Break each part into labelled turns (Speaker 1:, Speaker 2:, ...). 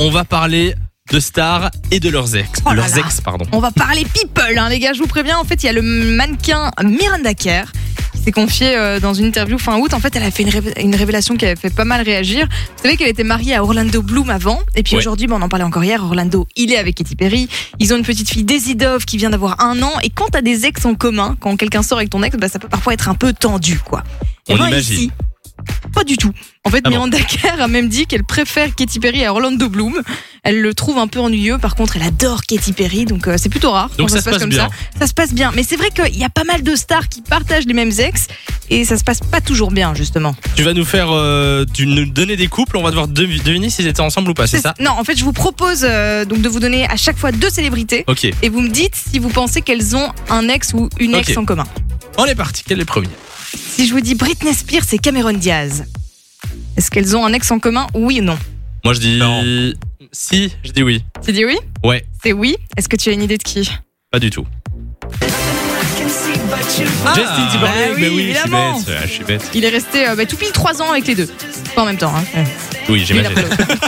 Speaker 1: On va parler de stars et de leurs ex.
Speaker 2: Oh là
Speaker 1: leurs
Speaker 2: là.
Speaker 1: ex, pardon.
Speaker 2: On va parler people, hein, les gars, je vous préviens. En fait, il y a le mannequin Miranda Kerr qui s'est confiée euh, dans une interview fin août. En fait, elle a fait une, ré- une révélation qui avait fait pas mal réagir. Vous savez qu'elle était mariée à Orlando Bloom avant. Et puis
Speaker 1: Ouais.
Speaker 2: aujourd'hui, bon, on en parlait encore hier, Orlando, il est avec Katy Perry. Ils ont une petite fille, Daisy Dove, qui vient d'avoir un an. Et quand t'as des ex en commun, quand quelqu'un sort avec ton ex, bah, ça peut parfois être un peu tendu, quoi. Eh
Speaker 1: On
Speaker 2: ben,
Speaker 1: imagine.
Speaker 2: ici, pas du tout. En fait,
Speaker 1: Ah bon
Speaker 2: Miranda Kerr a même dit qu'elle préfère Katy Perry à Orlando Bloom. Elle le trouve un peu ennuyeux. Par contre, elle adore Katy Perry, donc euh, c'est plutôt rare. quand
Speaker 1: Donc ça se passe
Speaker 2: comme
Speaker 1: bien.
Speaker 2: ça. Ça se passe bien. Mais c'est vrai qu'il y a pas mal de stars qui partagent les mêmes ex et ça se passe pas toujours bien, justement.
Speaker 1: Tu vas nous faire, euh, tu nous donner des couples. On va devoir devi- deviner s'ils étaient ensemble ou pas. C'est ça
Speaker 2: Non, en fait, je vous propose euh, donc de vous donner à chaque fois deux célébrités
Speaker 1: Ok.
Speaker 2: et vous me dites si vous pensez qu'elles ont un ex ou une ex
Speaker 1: Ok.
Speaker 2: en commun.
Speaker 1: On est parti. Quel est le premier
Speaker 2: Si je vous dis Britney Spears et Cameron Diaz, est-ce qu'elles ont un ex en commun Oui ou non
Speaker 1: Moi, je dis si. Je dis oui.
Speaker 2: Tu dis oui
Speaker 1: Ouais.
Speaker 2: C'est oui. Est-ce que tu as une idée de qui
Speaker 1: Pas du tout. Justin Timberlake.
Speaker 2: Ah, bah oui,
Speaker 1: mais oui,
Speaker 2: évidemment.
Speaker 1: je suis bête. ouais, Je suis bête.
Speaker 2: Il est resté euh, bah, tout pile trois ans avec les deux. Pas en même temps. Hein.
Speaker 1: Oui,
Speaker 2: Lui, il a
Speaker 1: j'imagine.
Speaker 2: pas l'autre.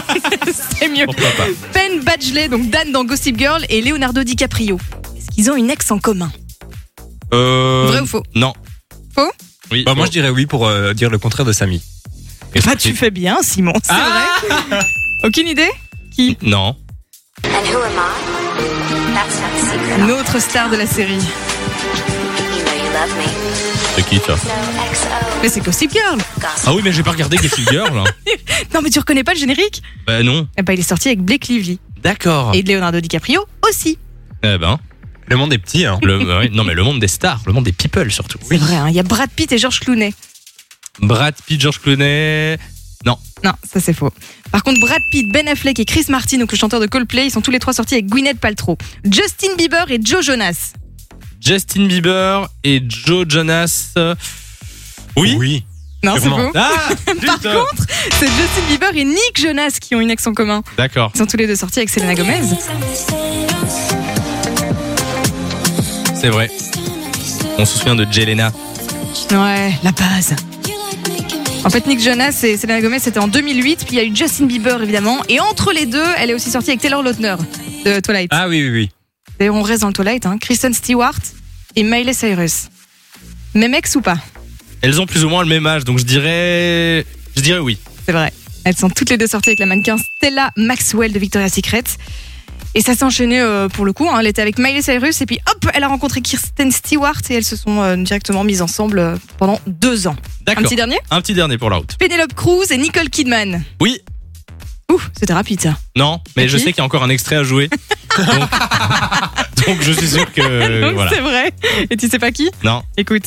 Speaker 2: C'est mieux.
Speaker 1: Pourquoi pas
Speaker 2: Penn Badgley, donc Dan dans Gossip Girl, et Leonardo DiCaprio. Est-ce qu'ils ont une ex en commun
Speaker 3: Euh,
Speaker 2: Vrai ou faux
Speaker 1: Non.
Speaker 2: Faux
Speaker 1: Oui.
Speaker 3: bah, moi,
Speaker 1: faux.
Speaker 3: je dirais oui pour euh, dire le contraire de Samy.
Speaker 2: Bah tu fais bien, Simon. C'est vrai.
Speaker 1: Ah
Speaker 2: Aucune idée Qui
Speaker 1: Non.
Speaker 4: And who am I? That's not a secret.
Speaker 2: Une autre star de la série.
Speaker 4: You know you love me.
Speaker 1: C'est qui ça
Speaker 4: So XO
Speaker 2: Mais c'est Gossip Girl.
Speaker 4: gossip.
Speaker 1: Ah oui, mais j'ai pas regardé Gossip
Speaker 3: hein.
Speaker 1: Girl.
Speaker 2: Non, mais tu reconnais pas le générique
Speaker 1: bah non.
Speaker 2: Eh ben, il est sorti avec Blake Lively
Speaker 1: D'accord.
Speaker 2: et Leonardo DiCaprio aussi.
Speaker 1: Eh ben,
Speaker 3: Le monde est petit, hein.
Speaker 1: le, ouais, non mais le monde des stars, le monde des people surtout.
Speaker 2: C'est vrai. hein. Il y a Brad Pitt et George Clooney.
Speaker 1: Brad Pitt, George Clooney.
Speaker 2: Non, ça c'est faux. Par contre, Brad Pitt, Ben Affleck et Chris Martin, donc le chanteur de Coldplay, ils sont tous les trois sortis avec Gwyneth Paltrow, Justin Bieber et Joe Jonas.
Speaker 1: Justin Bieber et Joe Jonas. euh, Oui.
Speaker 3: Oui.
Speaker 2: Non, c'est
Speaker 3: Sûrement.
Speaker 2: faux.
Speaker 1: Ah,
Speaker 2: Par
Speaker 1: putain.
Speaker 2: contre, c'est Justin Bieber et Nick Jonas qui ont une ex en commun.
Speaker 1: D'accord.
Speaker 2: Ils sont tous les deux sortis avec Selena Gomez.
Speaker 1: C'est vrai. On se souvient de Jelena.
Speaker 2: Ouais, la base. En fait, Nick Jonas et Selena Gomez, c'était en 2008. Puis il y a eu Justin Bieber, évidemment. Et entre les deux, elle est aussi sortie avec Taylor Lautner de Twilight.
Speaker 3: Ah oui, oui, oui.
Speaker 2: D'ailleurs, on reste dans le Twilight. Hein. Kristen Stewart et Miley Cyrus. Même ex ou pas
Speaker 1: Elles ont plus ou moins le même âge, donc je dirais, je dirais oui.
Speaker 2: C'est vrai. Elles sont toutes les deux sorties avec la mannequin Stella Maxwell de Victoria's Secret. Et ça s'est enchaîné euh, pour le coup. hein. Elle était avec Miley Cyrus et puis hop, elle a rencontré Kirsten Stewart et elles se sont euh, directement mises ensemble euh, pendant deux ans. Un
Speaker 1: D'accord.
Speaker 2: petit dernier
Speaker 1: dernier pour la route.
Speaker 2: Penelope Cruz et Nicole Kidman.
Speaker 1: Oui.
Speaker 2: Ouh, c'était rapide ça.
Speaker 1: Non, mais
Speaker 2: Et
Speaker 1: je
Speaker 2: qui
Speaker 1: sais qu'il y a encore un extrait à jouer. donc, donc je suis sûr que
Speaker 2: Donc
Speaker 1: voilà.
Speaker 2: c'est vrai. Et tu sais pas qui
Speaker 1: Non.
Speaker 2: Écoute.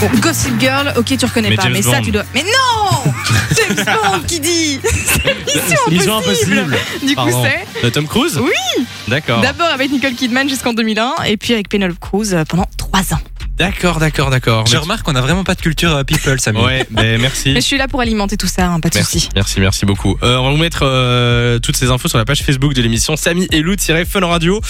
Speaker 2: Bon, Gossip Girl, ok, tu reconnais
Speaker 1: Mais
Speaker 2: pas,
Speaker 1: James
Speaker 2: mais ça
Speaker 1: Bond.
Speaker 2: tu dois. Mais non James Bond qui dit
Speaker 1: Mission impossible.
Speaker 2: Du coup,
Speaker 1: Pardon.
Speaker 2: c'est.
Speaker 1: De Tom Cruise.
Speaker 2: Oui.
Speaker 1: D'accord.
Speaker 2: D'abord avec Nicole Kidman jusqu'en 2001 et puis avec Penelope Cruz euh, pendant 3 ans.
Speaker 1: D'accord, d'accord, d'accord.
Speaker 3: Je remarque qu'on a vraiment pas de culture euh, people, Samy.
Speaker 1: Ouais, ben merci.
Speaker 2: Mais je suis là pour alimenter tout ça, hein, pas de
Speaker 1: Merci,
Speaker 2: soucis.
Speaker 1: merci, merci beaucoup. Euh, on va vous mettre euh, toutes ces infos sur la page Facebook de l'émission Samy et Lou-Fun Radio.